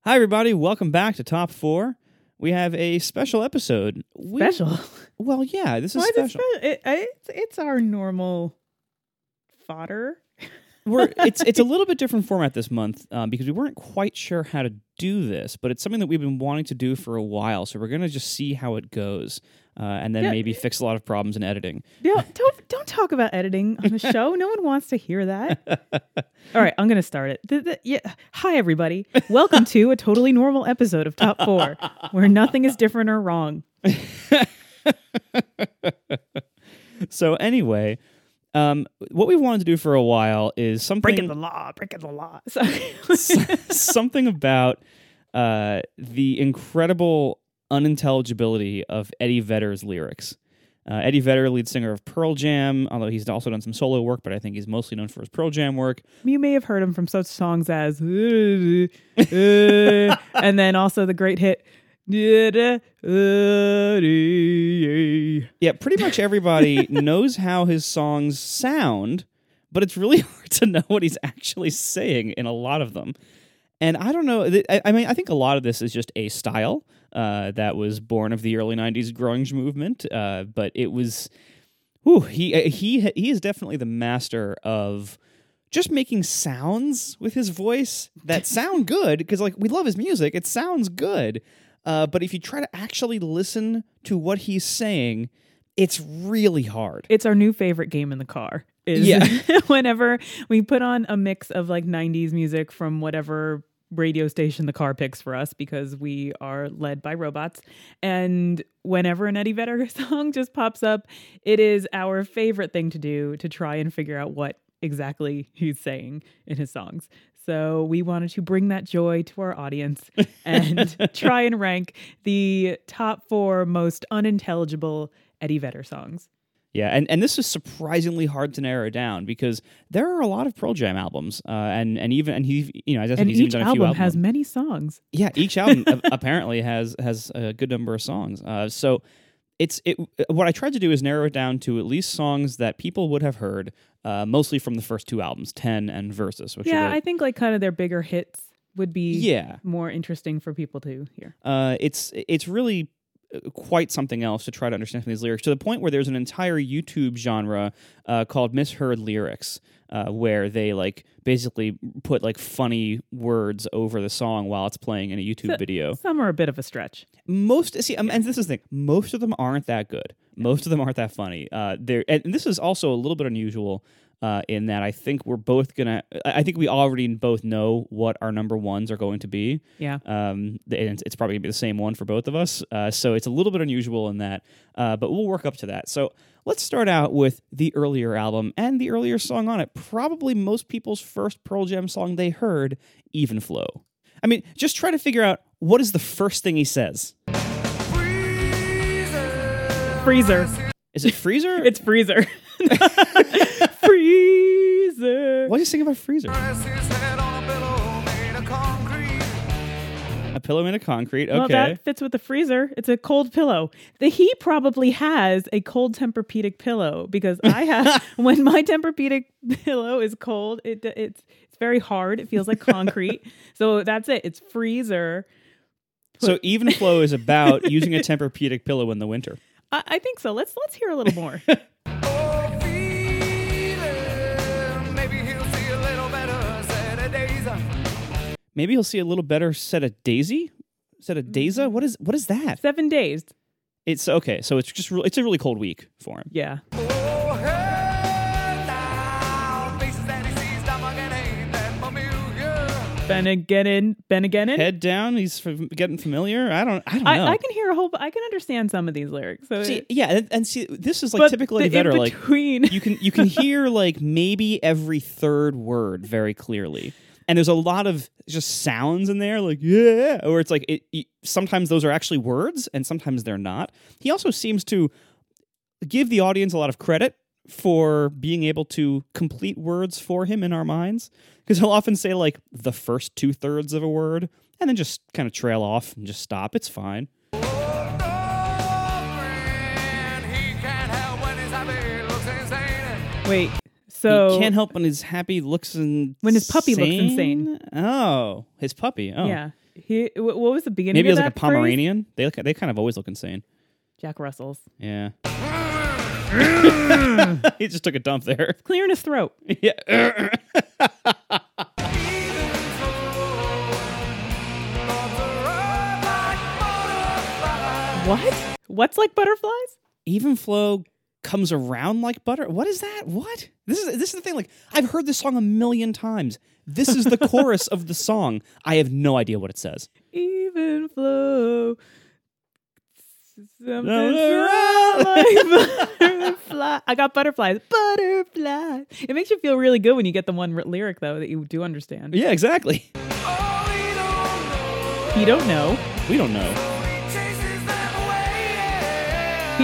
Hi, everybody. Welcome back to Top Four. We have a special episode. We, Special. Well, yeah, this is Why is it special. special? It, I- it's, it's our normal fodder. We're, it's it's a little bit different format this month um, because we weren't quite sure how to do this, but it's something that we've been wanting to do for a while. So we're gonna just see how it goes, uh, and then Yeah. maybe fix a lot of problems in editing. No, don't don't talk about editing on the show. No one wants to hear that. All right, I'm gonna start it. Th- th- yeah. Hi everybody. Welcome to a totally normal episode of Top Four, where nothing is different or wrong. So anyway, um, what we wanted to do for a while is something Breaking the law, breaking the law. So- something about uh, the incredible unintelligibility of Eddie Vedder's lyrics. Uh, Eddie Vedder, lead singer of Pearl Jam, although he's also done some solo work, but I think he's mostly known for his Pearl Jam work. you may have heard him from such songs as uh, and then also the great hit. uh, Yeah, pretty much everybody knows how his songs sound, but it's really hard to know what he's actually saying in a lot of them. And I don't know. th- I I mean, I think a lot of this is just a style uh, that was born of the early '90s grunge movement, uh, but it was. Whew, he uh, he he is definitely the master of just making sounds with his voice that sound good because like we love his music it sounds good uh, but if you try to actually listen to what he's saying it's really hard it's our new favorite game in the car. Is Yeah. whenever we put on a mix of like 90s music from whatever radio station the car picks for us because we are led by robots. And whenever an Eddie Vedder song just pops up, it is our favorite thing to do to try and figure out what exactly he's saying in his songs. So we wanted to bring that joy to our audience and try and rank the top four most unintelligible Eddie Vedder songs. yeah and, and this is surprisingly hard to narrow down because there are a lot of Pearl Jam albums uh, and and even and he you know as I said and he's each even done a few album albums has many songs. yeah each album a- apparently has has a good number of songs uh, so it's it what i tried to do is narrow it down to at least songs that people would have heard uh, mostly from the first two albums 10 and versus which Yeah, are the, I think like kind of their bigger hits would be Oh, yeah more interesting for people to hear. uh, it's it's really uh, quite something else to try to understand from these lyrics to the point where there's an entire YouTube genre uh, called misheard lyrics, uh, where they like basically put like funny words over the song while it's playing in a YouTube So- video. Some are a bit of a stretch. Most see, um, and this is the thing. Most of them aren't that good. Most of them aren't that funny. Uh, there, and this is also a little bit unusual. Uh, in that, I think we're both gonna. I I think we already both know what our number ones are going to be. Yeah. Um, th- and it's- it's probably gonna be the same one for both of us. Uh, so it's a little bit unusual in that, uh, but we'll work up to that. So let's start out with the earlier album and the earlier song on it. Probably most people's first Pearl Jam song they heard, "Even Flow." I mean, just try to figure out what is the first thing he says. Freezer. Is it Freezer? It's Freezer. Freezer. what do you think about Freezer? A pillow made of concrete. Okay. Well, that fits with the freezer. It's a cold pillow. The he probably has a cold Tempur-Pedic pillow because I have when my Tempur-Pedic pillow is cold, it it's it's very hard. It feels like concrete. so that's it. It's freezer. so even flow is about using a Tempur-Pedic pillow in the winter. I, I think so. Let's let's hear a little more. Maybe he'll see a little better set of Daisy. Set of Daza. Mm-hmm. What is what is that? Seven days. It's okay. So it's just re- it's a really cold week for him. Yeah. Benegenin. Benegenin. Head down. He's f- getting familiar. I don't. I don't know. I, I can hear a whole. I can understand some of these lyrics. So see. it- Yeah, and, and see, this is like but typical the Eddie Vedder. in Like between. you can you can hear like maybe every third word very clearly and there's a lot of just sounds in there like yeah or it's like it, it- sometimes those are actually words and sometimes they're not he also seems to give the audience a lot of credit for being able to complete words for him in our minds because he'll often say like the first two thirds of a word and then just kind of trail off and just stop it's fine Wait. So he can't help when his happy looks and When his puppy looks insane. oh his puppy oh Yeah. He, wh- what was the beginning? Maybe it of was like a that phrase? Pomeranian. They look, they kind of always look insane. Jack Russell's Yeah. he just took a dump there. clearing his throat. Yeah. What? What's like butterflies? Even flow comes around like butter. What is that? What? This is this is the thing. Like I've heard this song a million times. This is the chorus of the song. I have no idea what it says. Even flow. Butterfly. Something like butterfly. I got butterflies. Butterfly. It makes you feel really good when you get the one r- lyric though that you do understand. Yeah, exactly. He don't know. We don't know. He chases them away.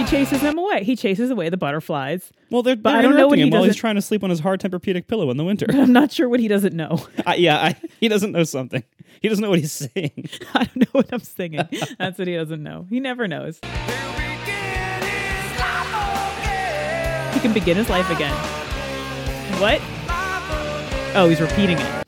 He chases away the butterflies. Well, they're, But they're I don't know interrupting what he him while he's doesn't- trying to sleep on his hard temperpedic pillow in the winter. I'm not sure what he doesn't know. I, yeah, I, he doesn't know something. He doesn't know what he's saying. I don't know what I'm singing. That's what he doesn't know. He never knows. He can begin his life again. What? Oh, he's repeating it.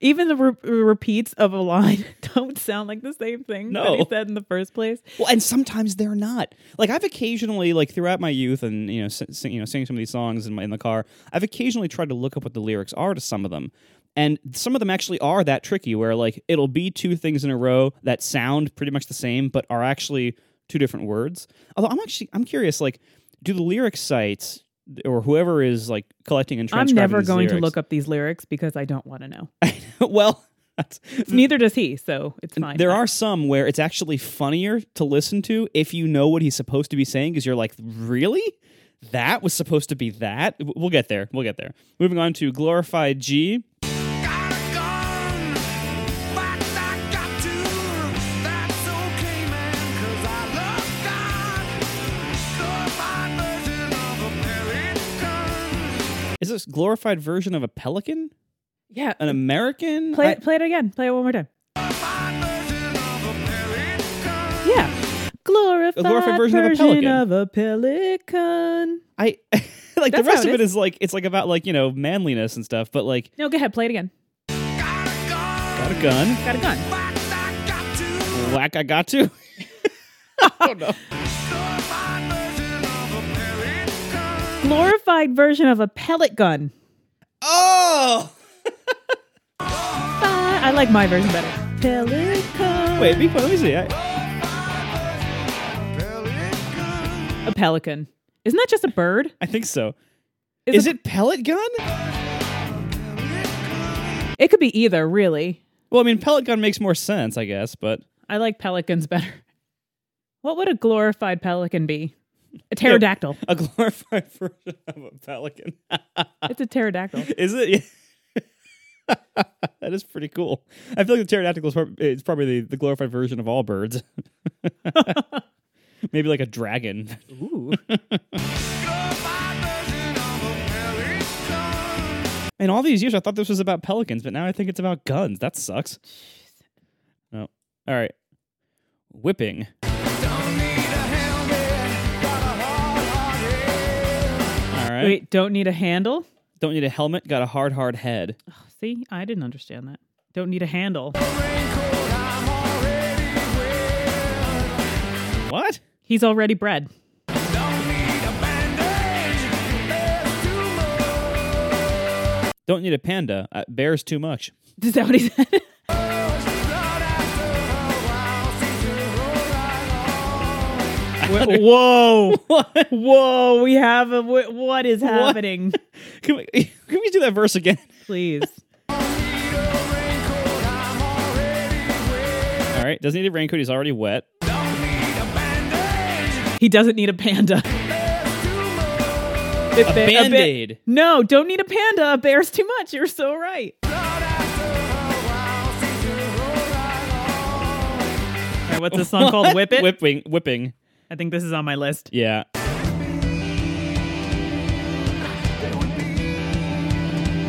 Even the re- repeats of a line don't sound like the same thing that he No. said in the first place. Well, and sometimes they're not. Like I've occasionally, like throughout my youth, and you know, s- sing, you know, singing some of these songs in, my, in the car, I've occasionally tried to look up what the lyrics are to some of them, and some of them actually are that tricky, where like it'll be two things in a row that sound pretty much the same, but are actually two different words. Although I'm actually, I'm curious, like, do the lyric sites or whoever is like collecting and I'm transcribing never going to look up these lyrics because I don't want to know. look. well, that's, Neither does he, so it's fine. There are some where it's actually funnier to listen to if you know what he's supposed to be saying because you're like, really? That was supposed to be that? W- We'll get there. We'll get there. Moving on to Glorified G. Is this glorified version of a pelican? yeah. An American? Play I- it, play it again. Play it one more time. Yeah. Glorified, glorified version of a pelican. of a pelican. I, like the That's rest of how it it is like it's like about like you know manliness and stuff, but like No, go ahead. Play it again. got a gun, Got a gun. whack I got to. I don't know. Glorified version of a pellet gun. Oh, Ah, I like my version better. Pelican. wait, be quiet. Let me see. I, A pelican. Isn't that just a bird? I think so. Is is it pellet gun? It could be either, really. Well, I mean, pellet gun makes more sense, I guess, but I like pelicans better. What would a glorified pelican be? A pterodactyl. a glorified version of a pelican. It's a pterodactyl. Is it? that is pretty cool. I feel like the pterodactyl is prob- it's probably the, the glorified version of all birds. Maybe like a dragon. Ooh. In all these years, I thought this was about pelicans, but now I think it's about guns. That sucks. No. All right. Whipping. All right. Wait, don't need a handle? Don't need a helmet. Got a hard, hard head. See, I didn't understand that. Don't need a handle. What? He's already bred. Don't need a panda. Uh, bears too much. Is that what he said? Whoa. Whoa, we have a. wh- What is happening? Can we, can we do that verse again? Please. All right. Doesn't need a raincoat. He's already wet. He doesn't need a panda. If A ba- ba- Band-Aid. no, don't need a panda. A bear's too much. You're so right. All right, what's this song called? Whip It? Whipping. Whipping. I think this is on my list. Yeah.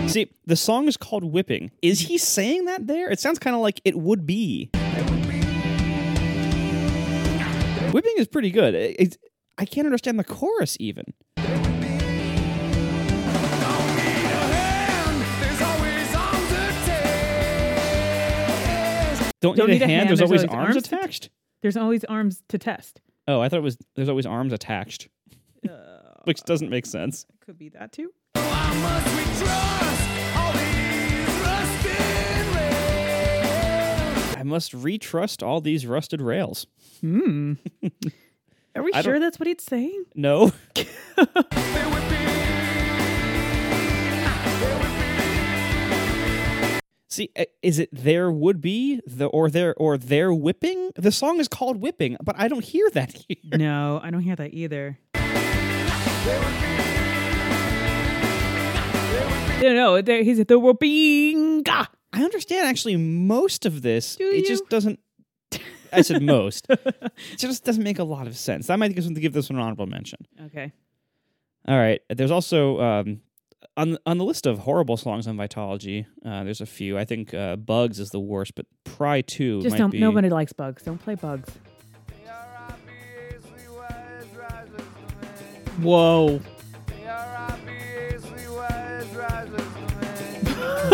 See, the song is called Whipping. Is he saying that there? It sounds kind of like it would be. Whipping is pretty good. It- it's- I can't understand the chorus even. Don't, need, a hand. There's, always, arms, attached. There's always arms to test. Oh, I thought it was there's always arms attached, which doesn't make sense. Could be that too. I must retrust all these rusted rails. Hmm. Are we I don't- sure that's what it's saying? No. See, uh, is it there would be the or there or there whipping? The song is called whipping, but I don't hear that here. No, I don't hear that either. No, no, there, he's at the Wabinga. I understand actually most of this. Do it you? just doesn't. I said most. it just doesn't make a lot of sense. I might give, give this one an honorable mention. Okay. All right. There's also um, on on the list of horrible songs on Vitology. Uh, there's a few. I think uh, Bugs is the worst, but Pry Two Just might don't, be. nobody likes bugs. Don't play bugs. Whoa.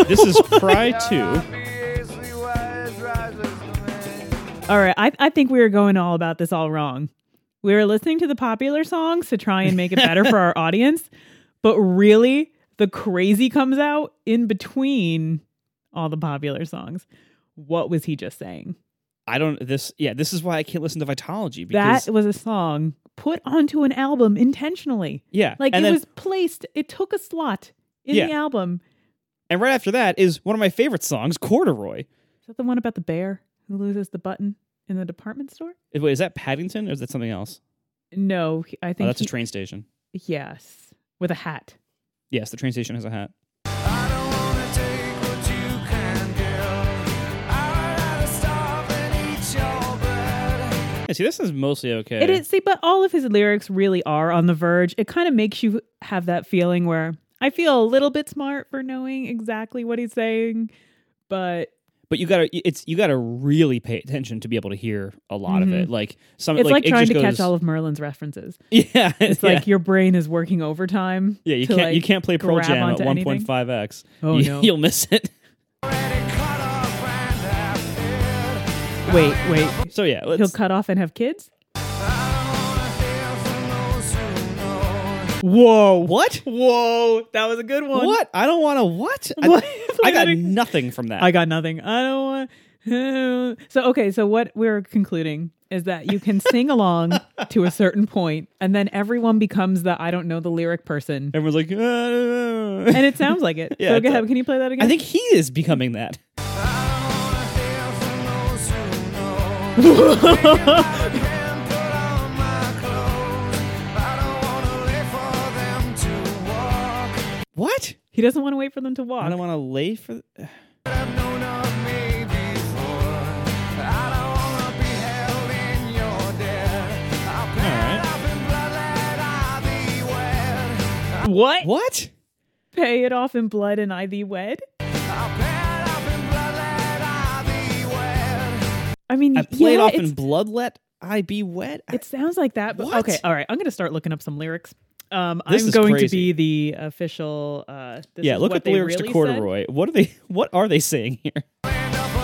This is Pry Two. All right. I, I think we were going all about this all wrong. We were listening to the popular songs to try and make it better for our audience, but really, the crazy comes out in between all the popular songs. What was he just saying? I don't. This yeah. This is why I can't listen to Vitology because that was a song put onto an album intentionally. yeah. Like and it then, was placed, it took a slot in Yeah. the album. and right after that is one of my favorite songs, Corduroy. Is that the one about the bear who loses the button in the department store? Wait, is that Paddington or is that something else? No, he- I Oh, think that's a he- train station. Yes, with a hat. Yes, the train station has a hat. Yeah, see, this is mostly okay. It is see, but all of his lyrics really are on the verge. It kind of makes you have that feeling where I feel a little bit smart for knowing exactly what he's saying, but but you gotta it's you gotta really pay attention to be able to hear a lot of Mhm. it. Like some, it's like, it trying just to goes, catch all of Merlin's references. Yeah, It's like your brain is working overtime. yeah, you to, can't you like, can't play Pearl grab Jam at onto one anything. point five x. Oh, you, no. you'll miss it. Wait, wait. So yeah, He'll let's, cut off and have kids? Whoa. what? Oh, Whoa. That was a good one. What? I don't want to what? What? I, I got nothing from that. I got nothing. I don't want. So, okay. So, what we're concluding is that you can sing along to a certain point, and then everyone becomes the I don't know the lyric person. Everyone's like, "Uh." And it sounds like it. Yeah, so, it go ahead. does. Can you play that again? I think he is becoming that. What? he doesn't want to wait for them to walk. I don't want to lay for. All right. what? What? Pay it off in blood and I thee wed? I mean, I played yeah, off it's- in bloodlet. I be wet. I- It sounds like that. But What? okay, all right. I'm going to start looking up some lyrics. Um, This I'm is going crazy. to be the official. Uh, this yeah, is look what at the they lyrics really to said. Corduroy. What are they? What are they saying here? Ending up Uh,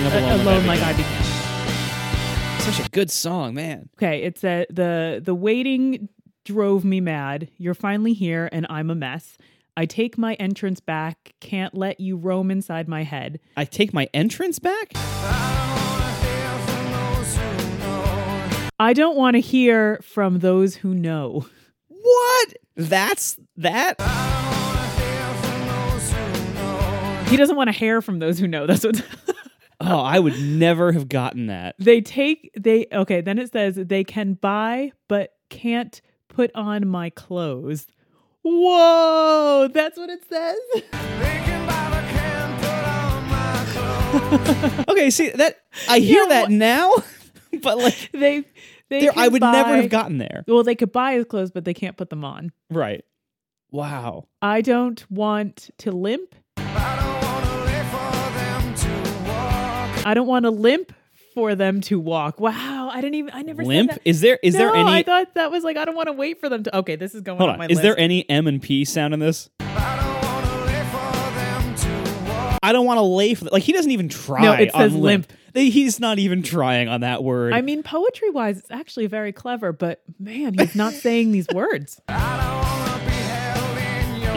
alone, alone like I I began. Began. Such a good song, man. Okay, it's a, the the waiting drove me mad. You're finally here, and I'm a mess. I take my entrance back. Can't let you roam inside my head. I take my entrance back. I don't want to hear from those who know. What? That's that. He doesn't want to hair from those who know. That's what. Oh, I would never have gotten that. they take they okay then it says they can buy but can't put on my clothes whoa that's what it says Okay, see that I hear that now, but like they they there, I can would never buy- have gotten there. well they could buy his clothes but they can't put them on Right. Wow. i don't want to limp i don't want to limp for them to walk wow i didn't even i never Limp. said that. Is there? Is there No, any? i thought that was like i don't want to wait for them to okay this is going hold on on. my Is list there any M and P sound in this? I don't want to lay for. The, like he doesn't even try. No, it on says limp. They- He's not even trying on that word. I mean, poetry wise, it's actually very clever, but man, he's not saying these words. be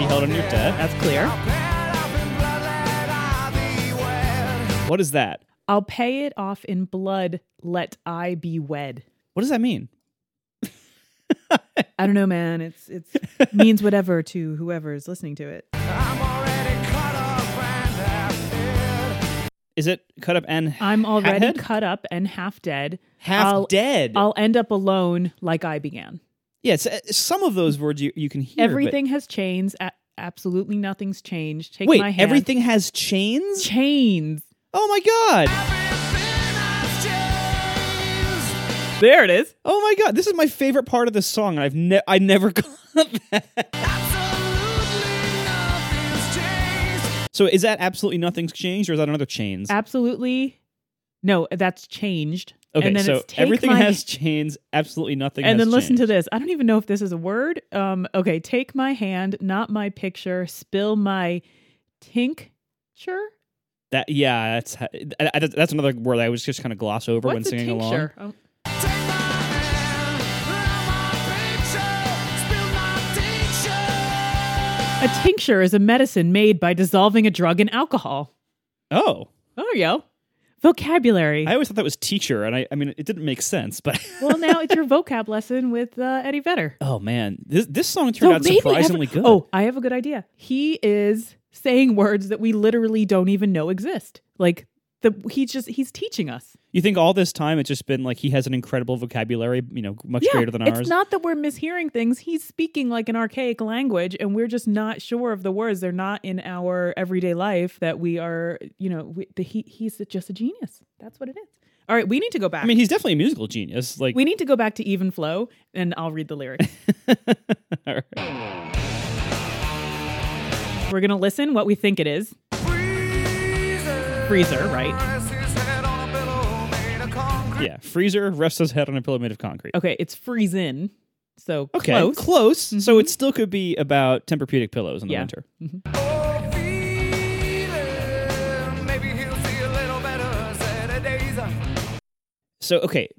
held in your debt. That's clear. What is that? I'll pay it off in blood, let I be wed. What does that mean? I don't know, man. It's it's means whatever to whoever's listening to it. Is it cut up and I'm already Half-head? cut up and half dead. half Uh, I'll- dead? I'll end up alone like I began. yes, uh, some of those words you, you can hear. but- Everything has chains. A- absolutely nothing's changed. Take Wait, my hand. everything has chains? chains. Oh my god! There it is. Oh my god! This is my favorite part of this song, and I've ne- I never got that. So is that absolutely nothing's changed, or is that another chains? Uh, Absolutely. No, that's changed. okay, and then so it's take everything my has chains. Absolutely nothing. and has then listen to changed. this. I don't even know if this is a word. Um, okay, take my hand, not my picture. Spill my tincture. That yeah, that's ha- I- I- that's another word I was just kind of gloss over when What's a singing along. tincture? Oh, A tincture is a medicine made by dissolving a drug in alcohol. Oh, Oh, there you go. Vocabulary. I always thought that was teacher, and I I mean it didn't make sense, but well, now it's your vocab lesson with uh, Eddie Vedder. oh man, this this song turned out maybe surprisingly have- good. Oh, I have a good idea. He is saying words that we literally don't even know exist. Like the he's just he's teaching us. You think all this time it's just been like he has an incredible vocabulary, you know, much greater than it's ours. not that we're mishearing things. He's speaking like an archaic language, and we're just not sure of the words. They're not in our everyday life that we are. You know, we, the, he he's just a genius. That's what it is. All right, we need to go back. I mean, he's definitely a musical genius. Like, we need to go back to even flow, and I'll read the lyrics. We're gonna listen what we think it is. Freezer, right? yeah, freezer rests his head on a pillow made of concrete. Okay, it's freeze in. So Okay, Oh, close. Mm-hmm. close. So it still could be about Tempur-Pedic pillows in the Yeah. winter. So okay,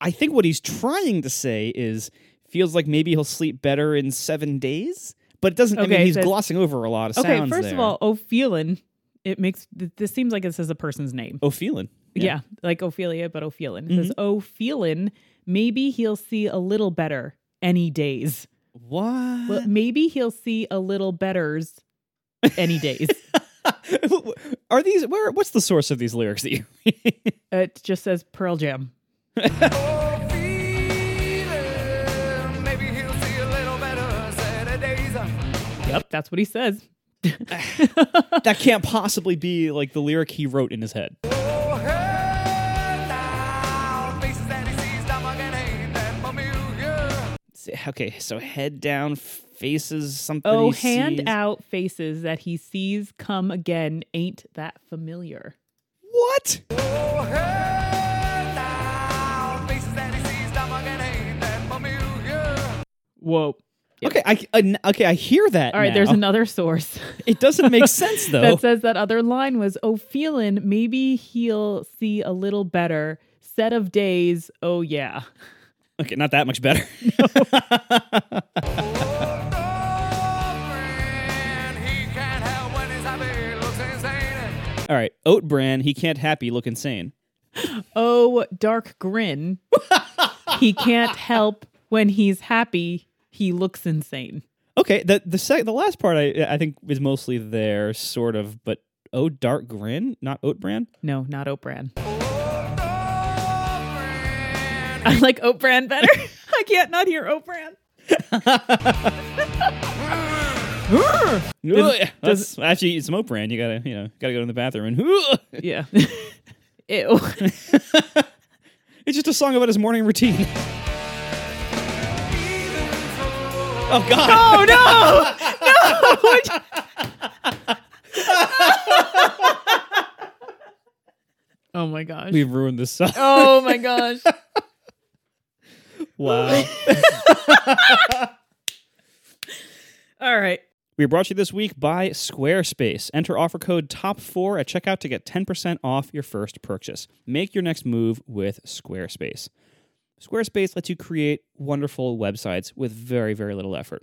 I think what he's trying to say is feels like maybe he'll sleep better in seven days, but it doesn't. I mean, Okay, he's so- glossing over a lot of Okay, sounds. first there. of all, Ophelin. It makes th- this seems like it says a person's name. Ophelin. Yeah, like Ophelia, but Ophelin. It says Mm-hmm. Ophelin. Maybe he'll see a little better any days. What? Well, maybe he'll see a little betters any days. Are these where? What's the source of these lyrics that you? Uh, it just says Pearl Jam. Yep, that's what he says. that can't possibly be like the lyric he wrote in his head. Oh, S- Okay, so head down, faces something. Oh, he hand sees. out faces that he sees come again. Ain't that familiar? What? Oh, Whoa. Okay, I I n okay, I hear that. All right, now. there's another source. It doesn't make sense though. that says that other line was oh feeling maybe he'll see a little better set of days oh yeah Okay, not that much better. All right, oat bran. He can't happy look insane. oh dark grin he can't help when he's happy he looks insane Okay, the the sec- the last part I I think is mostly there, sort of, but oh dark grin, not oat bran. no not oprah i like oprah better i can't not hear oprah Does, actually it's some oat bran. You gotta you know gotta go to the bathroom and. yeah ew It's just a song about his morning routine. Oh God! oh no no oh my gosh We've ruined this song. Oh my gosh. Wow. All right. We are brought to you this week by Squarespace. Enter offer code TOP4 at checkout to get 10% off your first purchase. Make your next move with Squarespace. Squarespace lets you create wonderful websites with very, very little effort.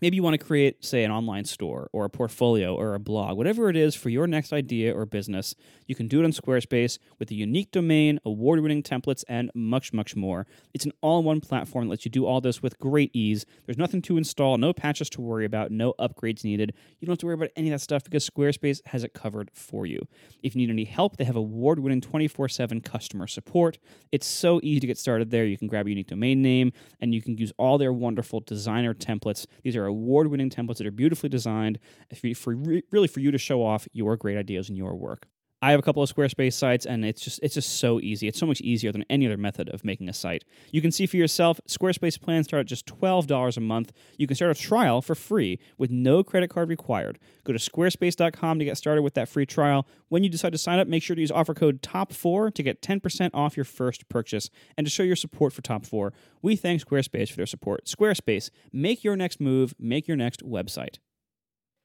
Maybe you want to create, say, an online store or a portfolio or a blog, whatever it is for your next idea or business. You can do it on Squarespace with a unique domain, award winning templates, and much, much more. It's an all in one platform that lets you do all this with great ease. There's nothing to install, no patches to worry about, no upgrades needed. You don't have to worry about any of that stuff because Squarespace has it covered for you. If you need any help, they have award winning 24 7 customer support. It's so easy to get started there. You can grab a unique domain name and you can use all their wonderful designer templates. These are award winning templates that are beautifully designed for, for really for you to show off your great ideas and your work. I have a couple of Squarespace sites, and it's just it's just so easy. It's so much easier than any other method of making a site. You can see for yourself. Squarespace plans start at just twelve dollars a month. You can start a trial for free with no credit card required. Go to squarespace.com to get started with that free trial. When you decide to sign up, make sure to use offer code Top Four to get ten percent off your first purchase and to show your support for Top Four. We thank Squarespace for their support. Squarespace, make your next move, make your next website.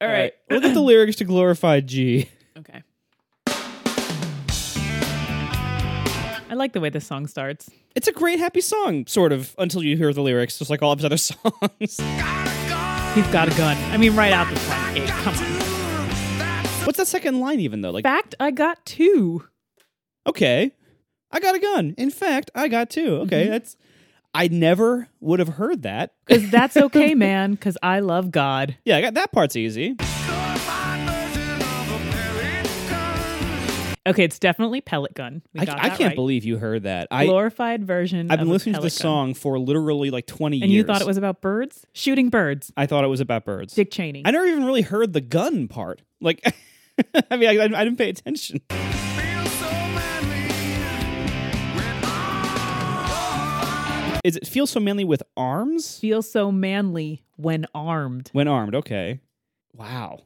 All right. look at the lyrics to Glorified G. Okay. I like the way this song starts. It's a great happy song, sort of, until you hear the lyrics, just like all of his other songs. He's got a gun. I mean, right out the front gate. Come on. What's that second line even though? Like, Fact, I got two. okay, I got a gun. In fact, I got two. Okay, Mm-hmm. that's. I never would have heard that. Because that's okay, man, because I love God. Yeah, I got that part's easy. Okay, it's definitely pellet gun. We I, got I that can't right. believe you heard that. I Glorified version. I've of been a listening to pellet this gun. song for literally like twenty and years. you thought it was about birds shooting birds. I thought it was about birds. Dick Cheney. I never even really heard the gun part. Like, I mean, I, I didn't pay attention. Is it feel so manly with arms? feel so manly when armed. When armed, okay. Wow.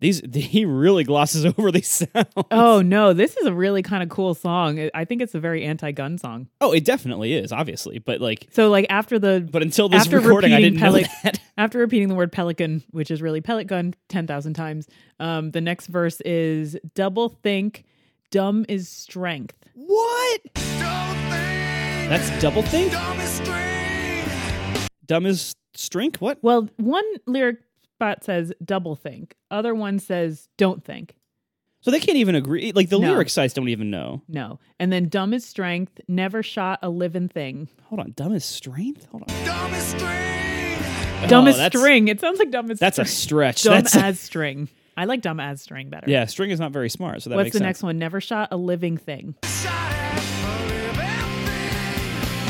These he really glosses over these sounds. Oh no, this is a really kind of cool song. I- I think it's a very anti-gun song. Oh, it definitely is, obviously. But like, So like after the but until this After recording, I repeating didn't know Pelic- that. after repeating the word pelican, which is really pellet gun 10,000 times, um, the next verse is double think, dumb is strength. What? That's double think. Dumb as strink. What? Well, one lyric spot says double think, other one says don't think. So they can't even agree. Like the No. lyric sites don't even know. No. And then dumb is strength, never shot a living thing. Hold on, dumb as strength. Hold on. Dumb Oh, as that's- string. It sounds like dumb as That's a string. stretch. dumb that's a- as string. I like dumb as string better. yeah. String is not very smart, so that What's makes the sense. next one? Never shot a living thing.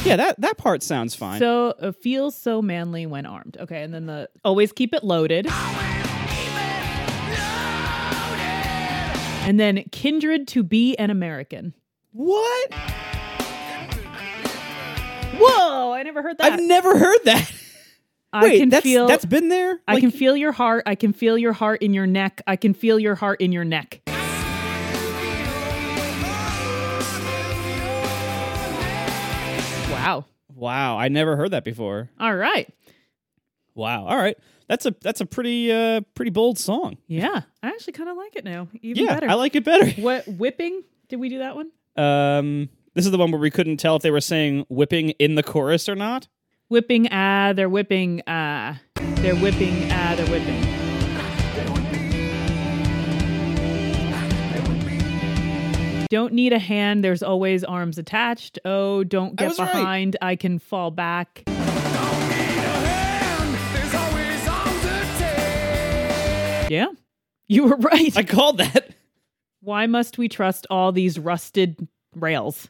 Yeah, that that part sounds fine. So uh, feels so manly when armed. Okay, and then the always keep it loaded. And then kindred to be an American. what? Whoa, I never heard that. I've never heard that. I Wait, can that's feel that's been there. I Like, can feel your heart. I can feel your heart in your neck. I can feel your heart in your neck. Wow. Wow, I never heard that before. All right. Wow. All right. That's a that's a pretty uh pretty bold song. Yeah, I actually kind of like it now. Even yeah, better. I like it better. What whipping? Did we do that one? Um this is the one where we couldn't tell if they were saying whipping in the chorus or not. Whipping ah, they're whipping ah, they're whipping ah, they're whipping. Don't need a hand. There's always arms attached. Oh, don't I get was right. behind. I can fall back. Yeah, you were right. I called that. Why must we trust all these rusted rails?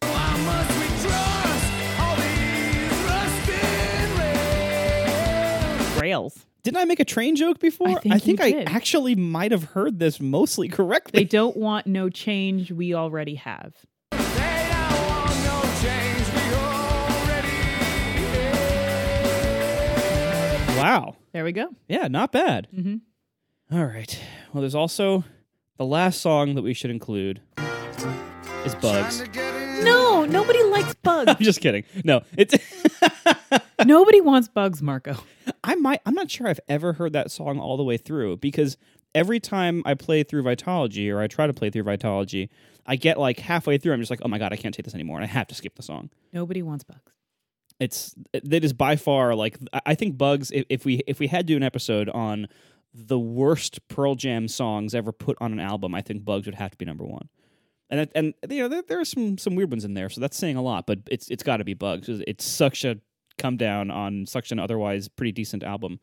Rails. Didn't I make a train joke before? I think you I did. actually might have heard this mostly They correctly. don't want no change. We already have. Wow. There we go. Yeah, not bad. hmm All right. Well, there's also the last song that we should include is Bugs. No, nobody likes bugs. I'm just kidding. No, it's Nobody wants bugs, Marco. I might. I'm not sure I've ever heard that song all the way through because every time I play through Vitology or I try to play through Vitology, I get like halfway through. I'm just like, oh my god, I can't take this anymore, and I have to skip the song. Nobody wants bugs. It's that is by far like I- I think Bugs. If, if we if we had to do an episode on the worst Pearl Jam songs ever put on an album, I think Bugs would have to be number one. And that- and you know there, there are some some weird ones in there, so that's saying a lot. But it's it's got to be Bugs. It's it's such a come down on such an otherwise pretty decent album.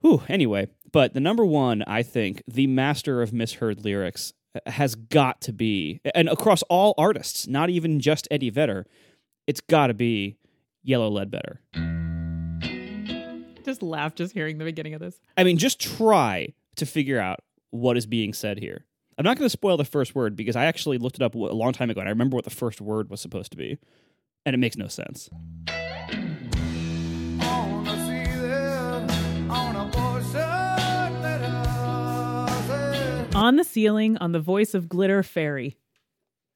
Whew, anyway, but the number one, I think, the master of misheard lyrics uh, has got to be, and across all artists, not even just Eddie Vedder, it's got to be Yellow Ledbetter. Just laugh just hearing the beginning of this. I mean, just try to figure out what is being said here. I'm not going to spoil the first word because I actually looked it up a long time ago and I remember what the first word was supposed to be, and it makes no sense. On a ceiling, on a portion that has it. On the ceiling, on the voice of Glitter Fairy.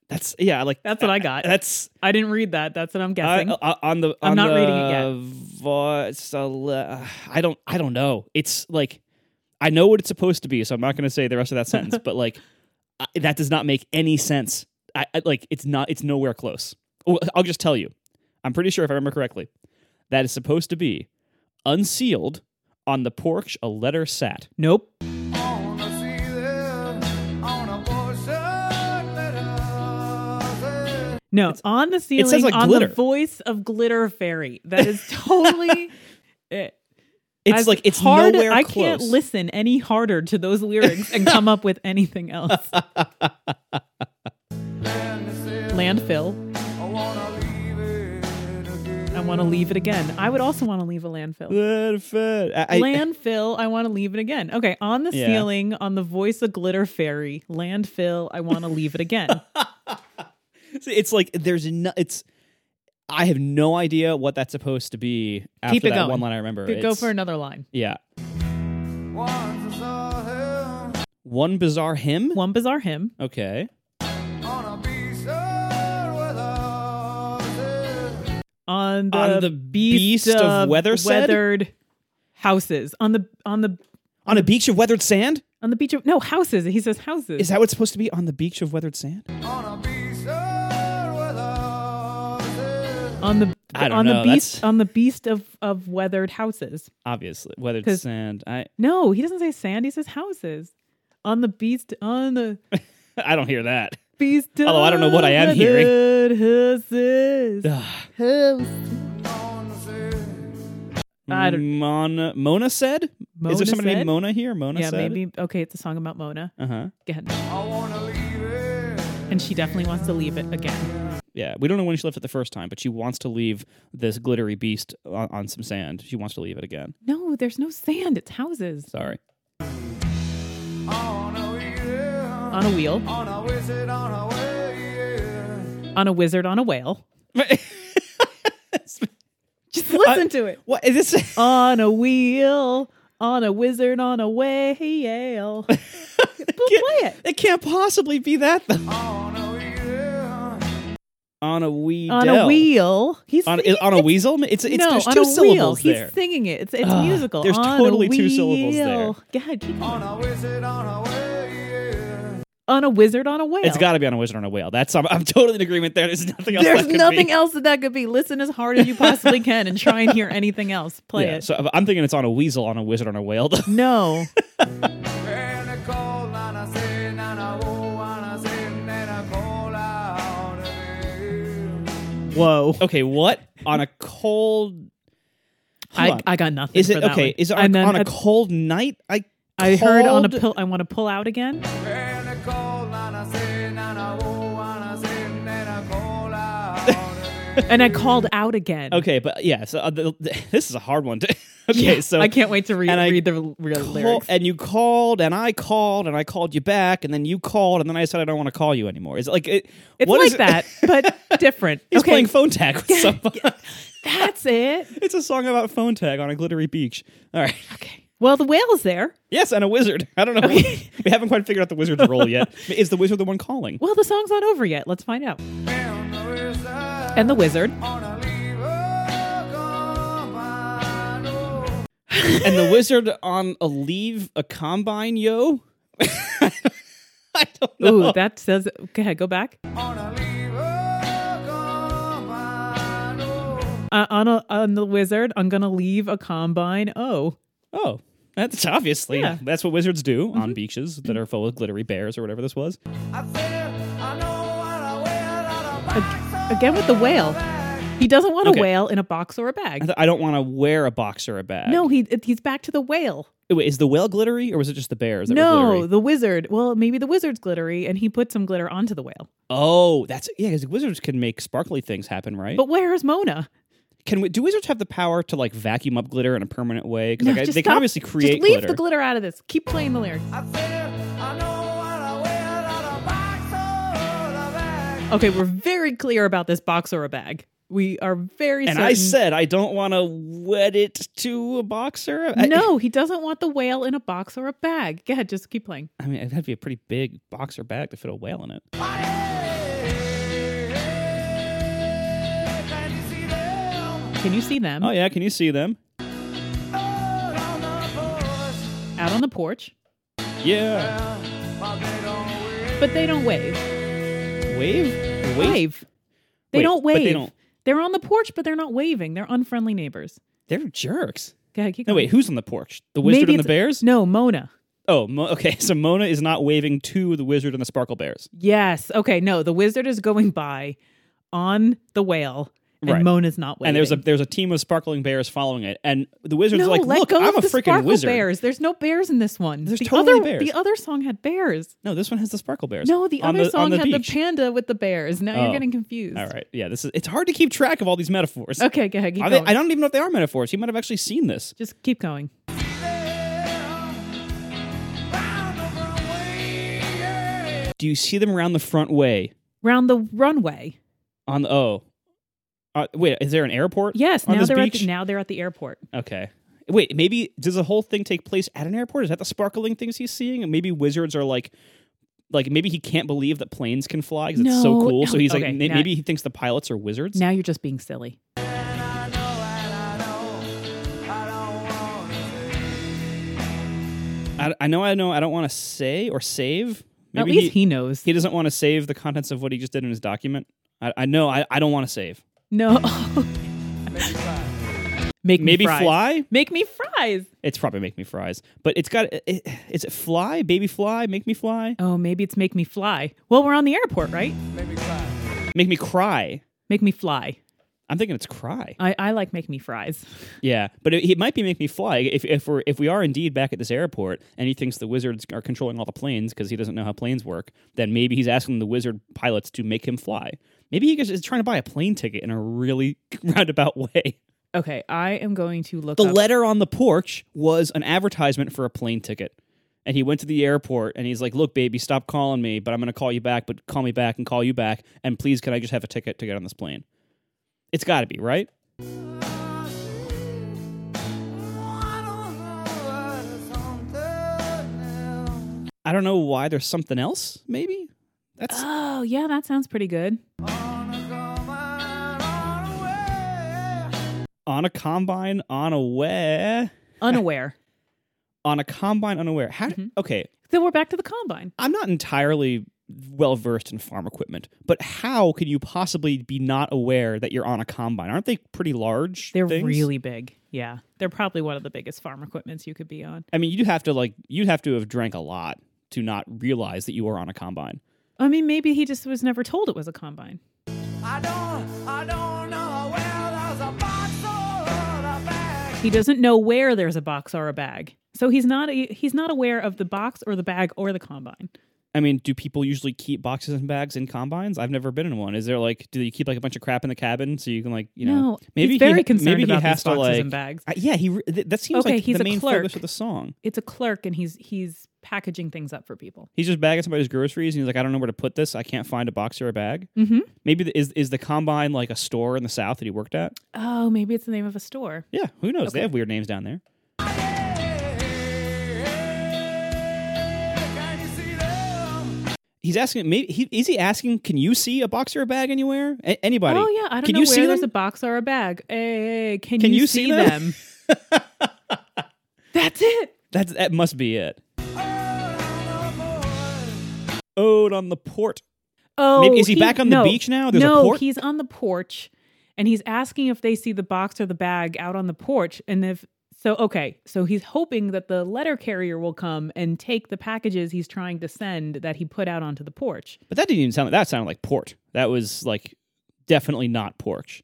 That's yeah, like That's what I got. That's I didn't read that. That's what I'm guessing. I, uh, I- on the I'm on not the reading it yet. Voice, uh, I don't I don't know. It's like I know what it's supposed to be, so I'm not going to say the rest of that sentence. but like I, that does not make any sense. I, I like it's not it's nowhere close. Oh, I'll just tell you. I'm pretty sure if I remember correctly, that is supposed to be unsealed on the porch. A letter sat. nope. On a ceiling, on a portion that has it. No. on the ceiling, like on glitter. the voice of Glitter Fairy. That is totally. it. It's As like it's hard- nowhere I close. can't listen any harder to those lyrics and come up with anything else. And it says, landfill. I wanna leave it again. I want to leave it again. I would also want to leave a landfill. Let it fit. I- I- landfill. I want to leave it again. Okay, on the Yeah. ceiling, on the voice of Glitter Fairy. Landfill. I want to leave it again. So it's like there's no, it's I have no idea what that's supposed to be after Keep it that going. one line I remember. Go- Go It's- for another line. Yeah. Once I saw him One bizarre hymn? One bizarre hymn. Okay. on a beach without it. On the, On the beast of Weathersed? weathered houses. On the on the On a beach of weathered sand? on the beach of no houses. He says houses. Is that what's supposed to be on the beach of weathered sand? On a beach without it. on the I don't on know, the beast that's- on the beast of of weathered houses. Obviously. Weathered 'Cause- sand. I No, he doesn't say sand. He says houses. On the beast on the I don't hear that. beast. of Although I don't know what I am hearing. weathered Houses. Ugh. House. On the sea, I don't- Mona Mona said? Mona Is there somebody said? named Mona here? Mona Yeah, said? maybe okay. It's a song about Mona. Uh-huh. Again, I wanna leave it. and she definitely wants to leave it again. Yeah. We don't know when she left it the first time, but she wants to leave this glittery beast on, on some sand. She wants to leave it again. No, there's no sand. It's houses Sorry. On a wheel, on a wheel, on a wizard, on a way. on a wizard, on a whale. Just listen to it. what is this? On a wheel, on a wizard, on a whale. Play it. It can't possibly be that though. On a wheel. On a weedel. on a wheel. He's On, singing- on a weasel? It's it's no, there's on two a wheel. syllables He's there. singing it. It's, it's Ugh, musical. there's on totally a two syllables there. wheel. God, keep going. On a wizard on a way. on a wizard on a whale. It's got to be on a wizard on a whale. That's I'm, I'm totally in agreement there. There's nothing else. There's that could nothing be. else that that could be. Listen as hard as you possibly can and try and hear anything else. Play Yeah, it. so I'm thinking it's on a weasel, on a wizard, on a whale. though. no. And I call and I say and I oh and I say and I call out of it. Whoa. okay, what on a cold? Hold I, on. I got nothing. Is for it that okay? one. Is it And on, a, then on a at- cold night? I I heard on a called- pill. I want to pull out again. And I call and I say and I oh and I say and I call out of it. And I called out again. Okay, but yeah. So uh, the, the- this is a hard one. To, okay, Yeah, so I can't wait to read, and I read the real lyrics. and you called, and I called, and I called you back, and then you called, and then I said I don't want to call you anymore. Is it like it, It's what like is it- that, but different. He's okay, playing phone tag with someone. that's it. It's a song about phone tag on a glittery beach. All right. Okay. Well, the whale's there. Yes, and a wizard. I don't know. we haven't quite figured out the wizard's role yet. Is the wizard the one calling? Well, the song's not over yet. Let's find out. And the wizard And the wizard and the wizard on on a lever come a leave a combine, yo. I don't know. Ooh, that says. Okay, go back. On a leave, oh, combine, oh. Uh, on a, on the wizard, I'm gonna leave a combine. Oh, Oh, that's obviously Yeah. Mm-hmm. that's what wizards do on beaches that are full of glittery bears or whatever this was. I said, I know what I wear, Ag- again with the whale. He doesn't want Okay. a whale in a box or a I, bag. th- I don't want to wear a box or a bag. No, he it- he's back to the whale. Wait, is the whale glittery or was it just the bears? That Were No, glittery? the wizard. Well, maybe the wizard's glittery, and he put some glitter onto the whale. Oh, that's yeah. Because wizards can make sparkly things happen, right? But where is Mona? can we, do wizards have the power to like vacuum up glitter in a permanent way? Because No, like, I- just they stop. can obviously create Just leave glitter. the glitter out of this. Keep playing the lyrics. I said, I know what I wear, not a box or a bag. Okay, we're very clear about this box or a bag. We are very. and certain. I said I don't want to wed it to a boxer. no. He doesn't want the whale in a box or a bag. Go ahead, just keep playing. I, I mean that'd be a pretty big boxer bag to fit a whale in it. Can you see them Oh yeah, can you see them? out on the porch? Yeah, But they don't wave. wave, Wave. They Wait, don't but wave. they don't- They're on the porch, but they're not waving. They're unfriendly neighbors. They're jerks. Go ahead, keep No going. wait, who's on the porch? The wizard Maybe and the it's- bears? No, Mona. Oh, Mo- okay. So Mona is not waving to the wizard and the sparkle bears. Yes. Okay. No, the wizard is going by on the whale, and Right. Mona's not waving. And there's a there's a team of sparkling bears following it, and the wizard's no, like, let "Look, go I'm of a the freaking sparkle wizard." Bears. There's no bears in this one. There's the totally other, bears. The other song had bears. No, this one has the sparkle bears. No, the On other on song had beach. the panda with the bears. Now Oh. you're getting confused. All right, yeah. This is it's hard to keep track of all these metaphors. Okay, go ahead. Keep Are they, going. I don't even know if they are metaphors. He might have actually seen this. Just keep going. Do you see them around the front way Round the runway. on the oh? Uh, wait, is there an airport? Yes. on now this they're beach? at the, now they're at the airport. Okay. Wait, maybe does the whole thing take place at an airport? Is that the sparkling things he's seeing? And maybe wizards are like, like maybe he can't believe that planes can fly because it's so No, cool. no. So he's Okay, like, now- ma- maybe he thinks the pilots are wizards. Now you're just being silly. I, I know, I know, I don't want to say or save. Maybe at least he, he, knows. he doesn't want to save the contents of what he just did in his document. I, I know, I, I don't want to save. no. Make me Maybe fries. fly. Make me fries. It's probably make me fries, but it's got. It, it, is it fly? Baby fly? Make me fly? Oh, maybe it's make me fly. Well, we're on the airport, right? Make me cry? Make me fly. I'm thinking it's cry. I, I like make me fries. Yeah, but it, it might be make me fly if if we're if we are indeed back at this airport and he thinks the wizards are controlling all the planes because he doesn't know how planes work. Then maybe he's asking the wizard pilots to make him fly. Maybe he is trying to buy a plane ticket in a really roundabout way. Okay, I am going to look The up. letter on the porch was an advertisement for a plane ticket. And he went to the airport and he's like, Look, baby, stop calling me, but I'm going to call you back, but call me back and call you back. And please, can I just have a ticket to get on this plane? It's got to be, right? I don't know why there's something else, maybe? That's. oh, yeah, that sounds pretty good. on a combine unaware Unaware. on a combine unaware how Mm-hmm. okay then we're back to the combine. i'm not entirely well versed in farm equipment but how can you possibly be not aware that you're on a combine aren't they pretty large They're things? really big. Yeah, they're probably one of the biggest farm equipments you could be on. i mean you'd have to like you'd have to have drank a lot to not realize that you were on a combine I mean, maybe he just was never told it was a combine. He doesn't know where there's a box or a bag, so he's not he's not aware of the box or the bag or the combine. i mean do people usually keep boxes and bags in combines i've never been in one is there like do you keep like a bunch of crap in the cabin so you can like you know no, he's very he, concerned maybe about he has these boxes to like and bags. Uh, yeah, he. Re- th- that seems Okay, like he's the a main clerk. focus of the song. It's a clerk, and he's he's packaging things up for people. He's just bagging somebody's groceries, and he's like, "I don't know where to put this. I can't find a box or a bag." Mm-hmm. Maybe the, is is the combine like a store in the South that he worked at? Oh, maybe it's the name of a store. Yeah, who knows? They have weird names down there. He's asking. Maybe he, is he asking? Can you see a box or a bag anywhere? A- anybody? Oh yeah, I don't Can know you where see there's them? a box or a bag. Hey, can, Can you see see them? them? That's it. That's that must be it. Boy, Ode on the port. Oh, Maybe- is he back on the beach now? There's a no, port? he's on the porch, and he's asking if they see the box or the bag out on the porch, and if so, okay. So he's hoping that the letter carrier will come and take the packages he's trying to send that he put out onto the porch. But that didn't even sound that sounded like port. That was like definitely not porch.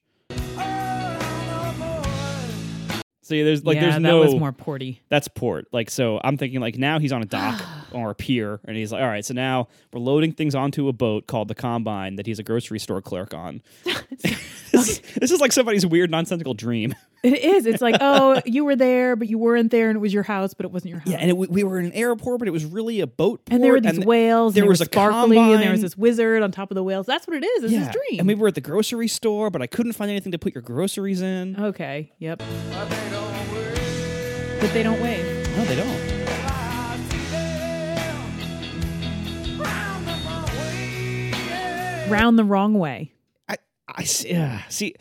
See, there's like yeah, there's that no was more porty. that's port. Like so I'm thinking like now he's on a dock or a pier and he's like, all right, so now we're loading things onto a boat called the Combine that he's a grocery store clerk on. this, is, this is like somebody's weird nonsensical dream. It is. It's like, oh, you were there, but you weren't there, and it was your house, but it wasn't your house. Yeah, and it, we, we were in an airport, but it was really a boat port. And there were these th- whales. there and they was were a sparkly, and there combine. was this wizard on top of the whales. That's what it is. It's yeah, his dream. And we were at the grocery store, but I couldn't find anything to put your groceries Oh. in. okay. Yep. but they don't wait. But they don't wave. No, they don't. I see them round the wrong way, yeah. Round the wrong way. I, I see. Yeah, see,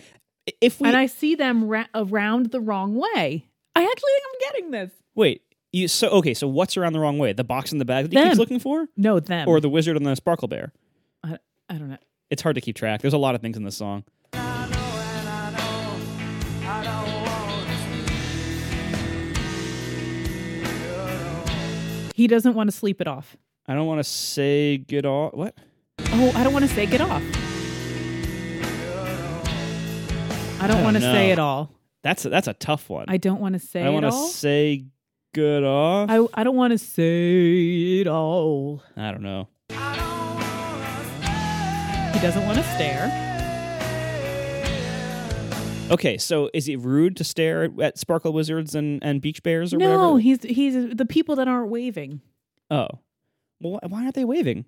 i- if we and I see them ra- around the wrong way. I actually think I'm getting this. wait, you so okay. So what's around the wrong way? The box in the bag that he Them. keeps looking for, No, them. or the wizard and the sparkle bear? I, I don't know. It's hard to keep track. There's a lot of things in this song. I know, and I know, I don't want to sleep. He doesn't want to sleep it off. I don't want to say good all. What? Oh, I don't want to say get off. I don't don't want to say know. it all. That's a, that's a tough one. I don't want to say I don't it want to all. say good off. I, I don't want to say it all. I don't know. He doesn't want to stare. Okay, so is it rude to stare at, at sparkle wizards and, and beach bears or whatever? No, he's he's the people that aren't waving. Oh, well, wh- why aren't they waving?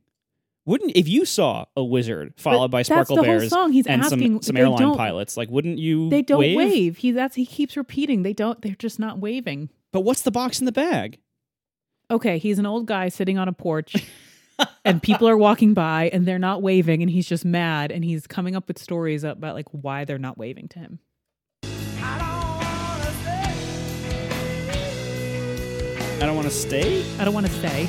Wouldn't if you saw a wizard followed But by that's sparkle the whole bears song. He's and some, asking- some they airline don't- pilots, like wouldn't you? They don't wave? wave. He that's he keeps repeating. They don't. They're just not waving. But what's the box in the bag? okay, he's an old guy sitting on a porch and people are walking by and they're not waving and he's just mad and he's coming up with stories about like why they're not waving to him. I don't want to stay. I don't want to say.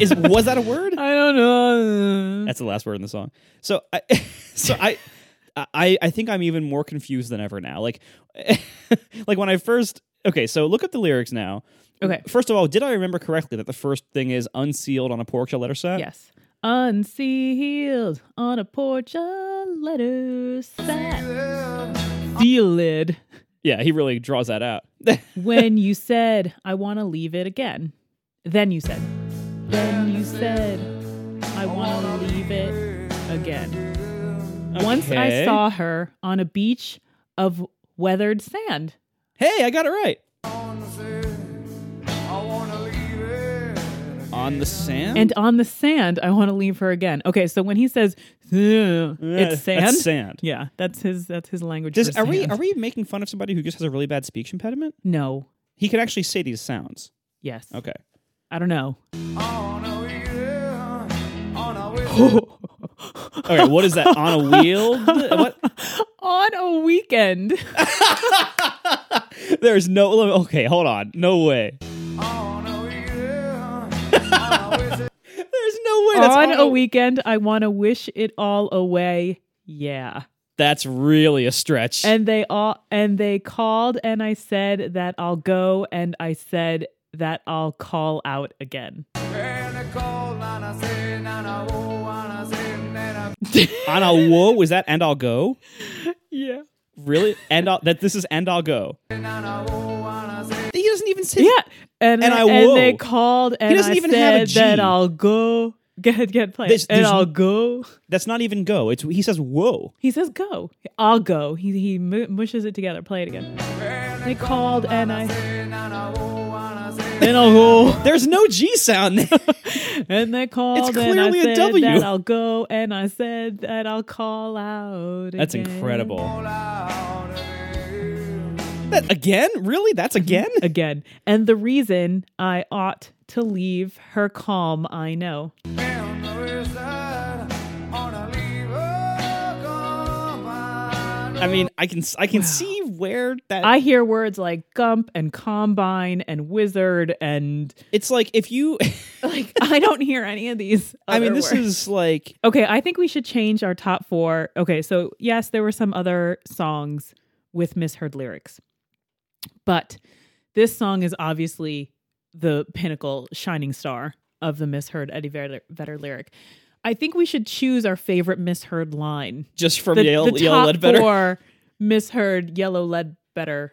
Is was that a word? I don't know. That's the last word in the song. So I, so I, I, I think I'm even more confused than ever now. Like, like when I first. Okay, so look up the lyrics now. Okay. First of all, did I remember correctly that the first thing is unsealed on a pork shell letter set? Yes. Unsealed on a porch, a letter set. Sealed Yeah, he really draws that out. when you said, I want to leave it again. Then you said, then you said, I want to leave it again. Once I Okay. saw her on a beach of weathered sand. Hey, I got it right. I On the sand? And on the sand, I want to leave her again. Okay, so when he says "Ugh," Yeah, it's sand. That's sand. Yeah, that's his that's his language. Does, for are we sand. are we making fun of somebody who just has a really bad speech impediment? No. He could actually say these sounds. Yes. Okay. I don't know. All right. What is that on a wheel? What? on a weekend. There's no. Okay, hold on. No way. There's no way. That's on a wheel. weekend, I want to wish it all away. Yeah. That's really a stretch. And they all and they called and I said that I'll go and I said that I'll call out again. on a whoa, was that and I'll go? Yeah. Really? And I'll, that this is and I'll go. He doesn't even say. Yeah, and And I, I and will. they called and doesn't I even have said a that G. I'll go get get played There's- and there's- I'll go. That's not even go. It's he says whoa. He says go. I'll go. He he mu- mushes it together. Play it again. They called and I then I'll go There's no G sound. there. and they called and I clearly a said W. that I'll go and I said that I'll call out. That's again. incredible. That again? Really? That's Mm-hmm. again? Again, and the reason I ought to leave her calm, I know. On a lever, come I mean, I can I can see where that I hear words like Gump and Combine and Wizard and it's like if you like I don't hear any of these. I mean, other this words. is like Okay, I think we should change our top four. Okay, so yes, there were some other songs with misheard lyrics, but this song is obviously the pinnacle, shining star of the misheard Eddie Vedder, Vedder lyric. I think we should choose our favorite misheard line. just from Yale, the Yale top Ledbetter. four misheard Yellow Ledbetter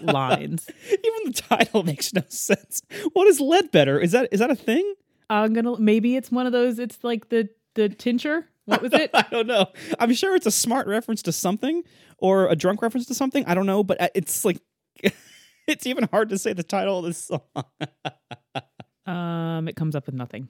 lines. Even the title makes no sense. What is Ledbetter? Is that is that a thing? I'm gonna maybe it's one of those. It's like the the tincture. What was it? I don't know. I'm sure it's a smart reference to something or a drunk reference to something. I don't know, but I- it's like it's even hard to say the title of this song. Um, it comes up with nothing.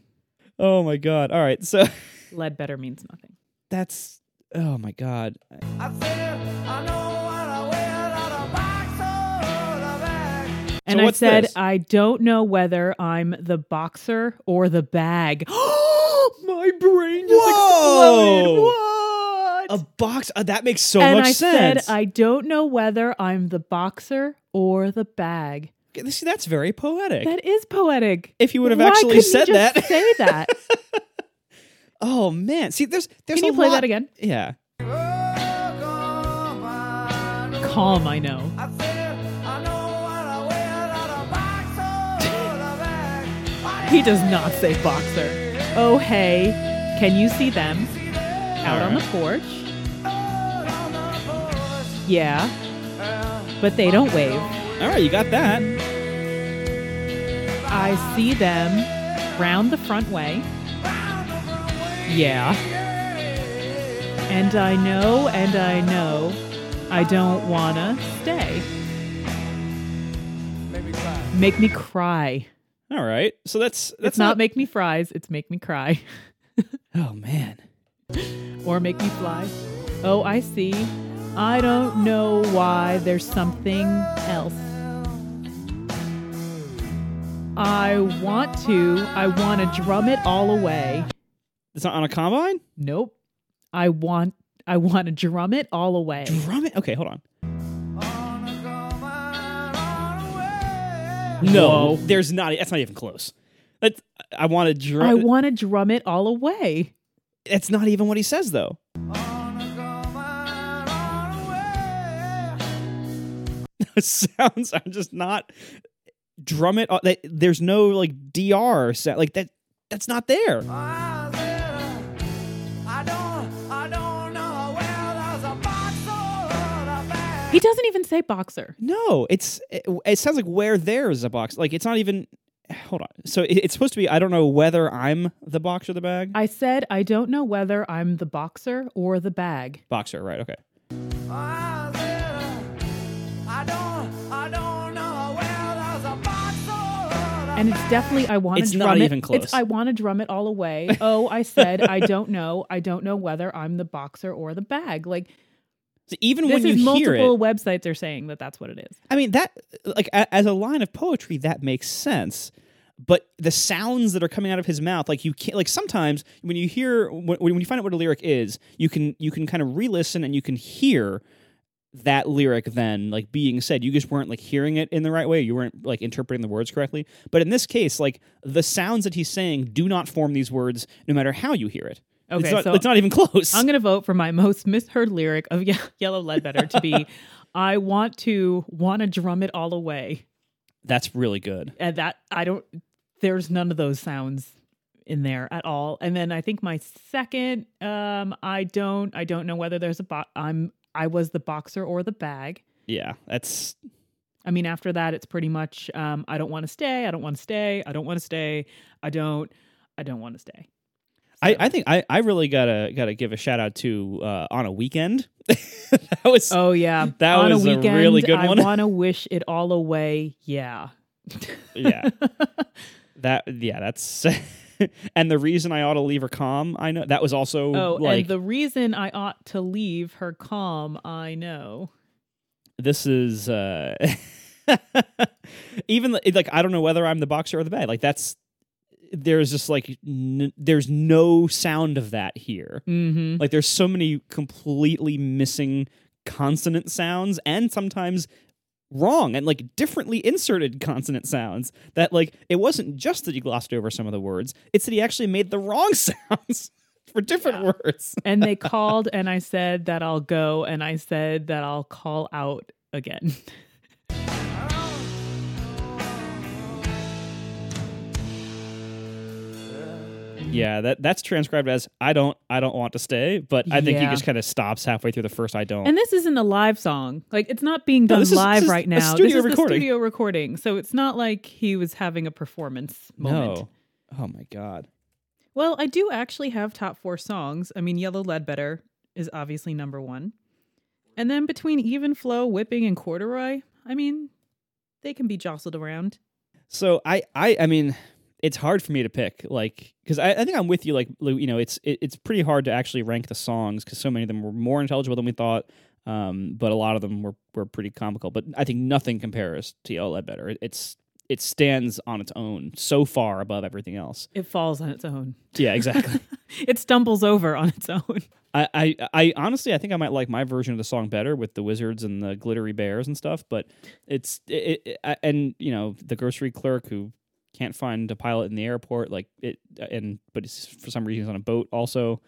Oh my god. All right. So Ledbetter means nothing. that's oh my god. I said, I know what I will out of box or the bag. And I what's said, this? I don't know whether I'm the boxer or the bag. My brain just exploded. Whoa! What? A box uh, that makes so and much I sense. said, I don't know whether I'm the boxer or the bag. Okay, See, that's very poetic. That is poetic. if you would have Why actually couldn't you said just that. Say that. Oh man. See, there's there's Can you a play lot- that again? Yeah. Oh, come on. Calm, I know. I said, I know what I will out of box or the bag. I He does not say boxer. Oh, hey, can you see them? Out on the porch. stood on the porch. Yeah, but they don't wave. All right, you got that. I see them round the front way. Yeah. And I know, and I know, I don't wanna stay. Made me cry. Make me cry. All right. So that's that's it's not, make me fries, it's make me cry. Oh man. or make me fly. Oh, I see. I don't know why there's something else. I want to, I wanna drum it all away. It's not on a combine? Nope. I want I want to drum it all away. Drum it. Okay, hold on. On a come on the way. No, Whoa. there's not. e, That's not even close. That's, I want to drum. I want to drum it all away. that's not even what he says though. On a come on the way. Sounds. I'm just not. Drum it. uh, that- There's no like dr sound. Like that. That's not there. I said, I don't, I don't know how well as a box or a bag. He doesn't even say boxer. No, it's it, it sounds like where there is a box. Like it's not even. Hold on. So it- it's supposed to be. I don't know whether I'm the box or the bag. I said I don't know whether I'm the boxer or the bag. Boxer, right? Okay. I said, I don't, I don't know how well as a box or a And it's definitely I want It's to not drum it. even close. It's I want to drum it all away. Oh, I said I don't know. I don't know whether I'm the boxer or the bag. Like So even this when you is hear it, multiple websites are saying that that's what it is. I mean that like a, as a line of poetry that makes sense, but the sounds that are coming out of his mouth, like you can't like sometimes when you hear when, when you find out what a lyric is, you can you can kind of re-listen and you can hear that lyric then like being said you just weren't like hearing it in the right way you weren't like interpreting the words correctly but in this case like the sounds that he's saying do not form these words no matter how you hear it Okay, it's not, so it's not even close I'm going to vote for my most misheard lyric of Ye- Yellow Ledbetter to be I want to want to drum it all away. that's really good And that I don't there's none of those sounds in there at all. And then I think my second um I don't I don't know whether there's a bo- I'm I was the boxer or the bag. yeah that's I mean after that it's pretty much um I don't want to stay, I don't want to stay, I don't want to stay. I don't I don't want to stay. I, So- I think I, I really gotta gotta give a shout out to uh, on a weekend. that was Oh yeah. That On was a a weekend, really good one. I want to wish it all away. Yeah. yeah that yeah that's and the reason I ought to leave her calm. I know that was also Oh, like and the reason I ought to leave her calm, I know. this is uh, even the- like I don't know whether I'm the boxer or the bag. Like that's there's just like n- there's no sound of that here. Mm-hmm. Like there's so many completely missing consonant sounds and sometimes wrong and like differently inserted consonant sounds that like it wasn't just that he glossed over some of the words it's that he actually made the wrong sounds for different words and they called and I said that I'll go and I said that I'll call out again. Oh. yeah that that's transcribed as i don't i don't want to stay but i think he Yeah. just kind of stops halfway through the first i don't And this isn't a live song. Like it's not being done this is- live this is right a now. studio this is recording. the studio recording. So it's not like he was having a performance moment. no oh my god Well, I do actually have top four songs. I mean, Yellow Ledbetter is obviously number one. And then between Even Flow, Whipping, and Corduroy, I mean, they can be jostled around. So I, I, I mean, it's hard for me to pick, like, because I, I think I'm with you. Like, Lou, you know, it's it, it's pretty hard to actually rank the songs because so many of them were more intelligible than we thought. Um, but a lot of them were were pretty comical. But I think nothing compares to Yellow Ledbetter. It, it's it stands on its own so far above everything else. It falls on its own. Yeah, exactly. It stumbles over on its own. I, I, I honestly, I think I might like my version of the song better with the wizards and the glittery bears and stuff. But it's it, it, I- and you know the grocery clerk who can't find a pilot in the airport, like it, and but it's, for some reason he's on a boat. Also,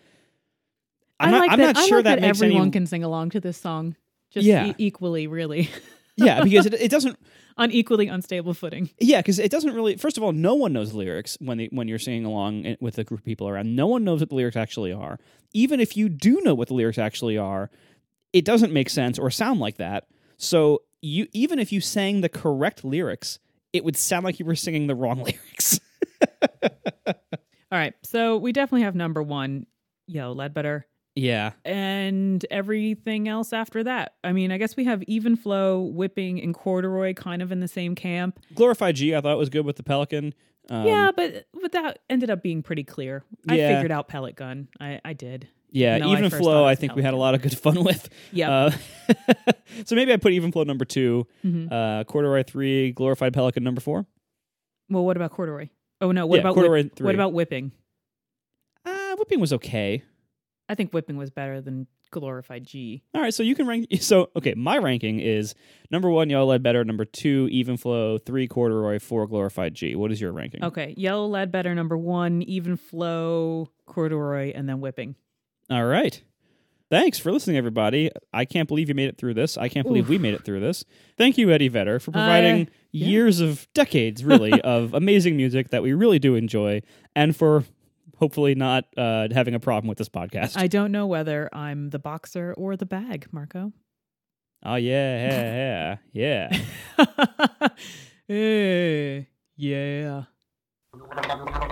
I'm I not, like I'm that. not I sure like that, that, makes everyone any. can sing along to this song, just Yeah. e- equally, really, yeah, because it, it doesn't. on equally unstable footing. Yeah, because it doesn't really. First of all, no one knows the lyrics when they, when you're singing along i- with a group of people around. No one knows what the lyrics actually are. Even if you do know what the lyrics actually are, it doesn't make sense or sound like that. So you even if you sang the correct lyrics, it would sound like you were singing the wrong lyrics. All right, so we definitely have number one, Yellow Ledbetter. yeah, and everything else after that. I mean, I guess we have even flow, whipping, and corduroy kind of in the same camp. glorify G. I thought was good with the pelican. Um, yeah, but but that ended up being pretty clear. Yeah. I figured out pellet gun. I, I did. yeah. No, I even first thought flow, it I was think we had a lot of good fun with. Yep. Uh, so maybe I put even flow number 2 Mm-hmm. uh, corduroy three, glorified pelican number four. Well, what about corduroy? Oh no, what Yeah, about corduroy whip- three. what about whipping? Uh, whipping was okay. I think whipping was better than glorified G. All right, so you can rank. So okay, my ranking is number one, Yellow Lead Better. Number two, Even Flow. Three, Corduroy. Four, Glorified G. What is your ranking? Okay, yellow lead better number one, even flow, corduroy, and then whipping. All right. Thanks for listening, everybody. I can't believe you made it through this. I can't believe we made it through this. Thank you, Eddie Vedder, for providing Uh, yeah. years of decades, really, of amazing music that we really do enjoy, and for hopefully not uh, having a problem with this podcast. I don't know whether I'm the boxer or the bag, Marco. oh yeah, yeah, yeah. Eh, yeah. Thank you.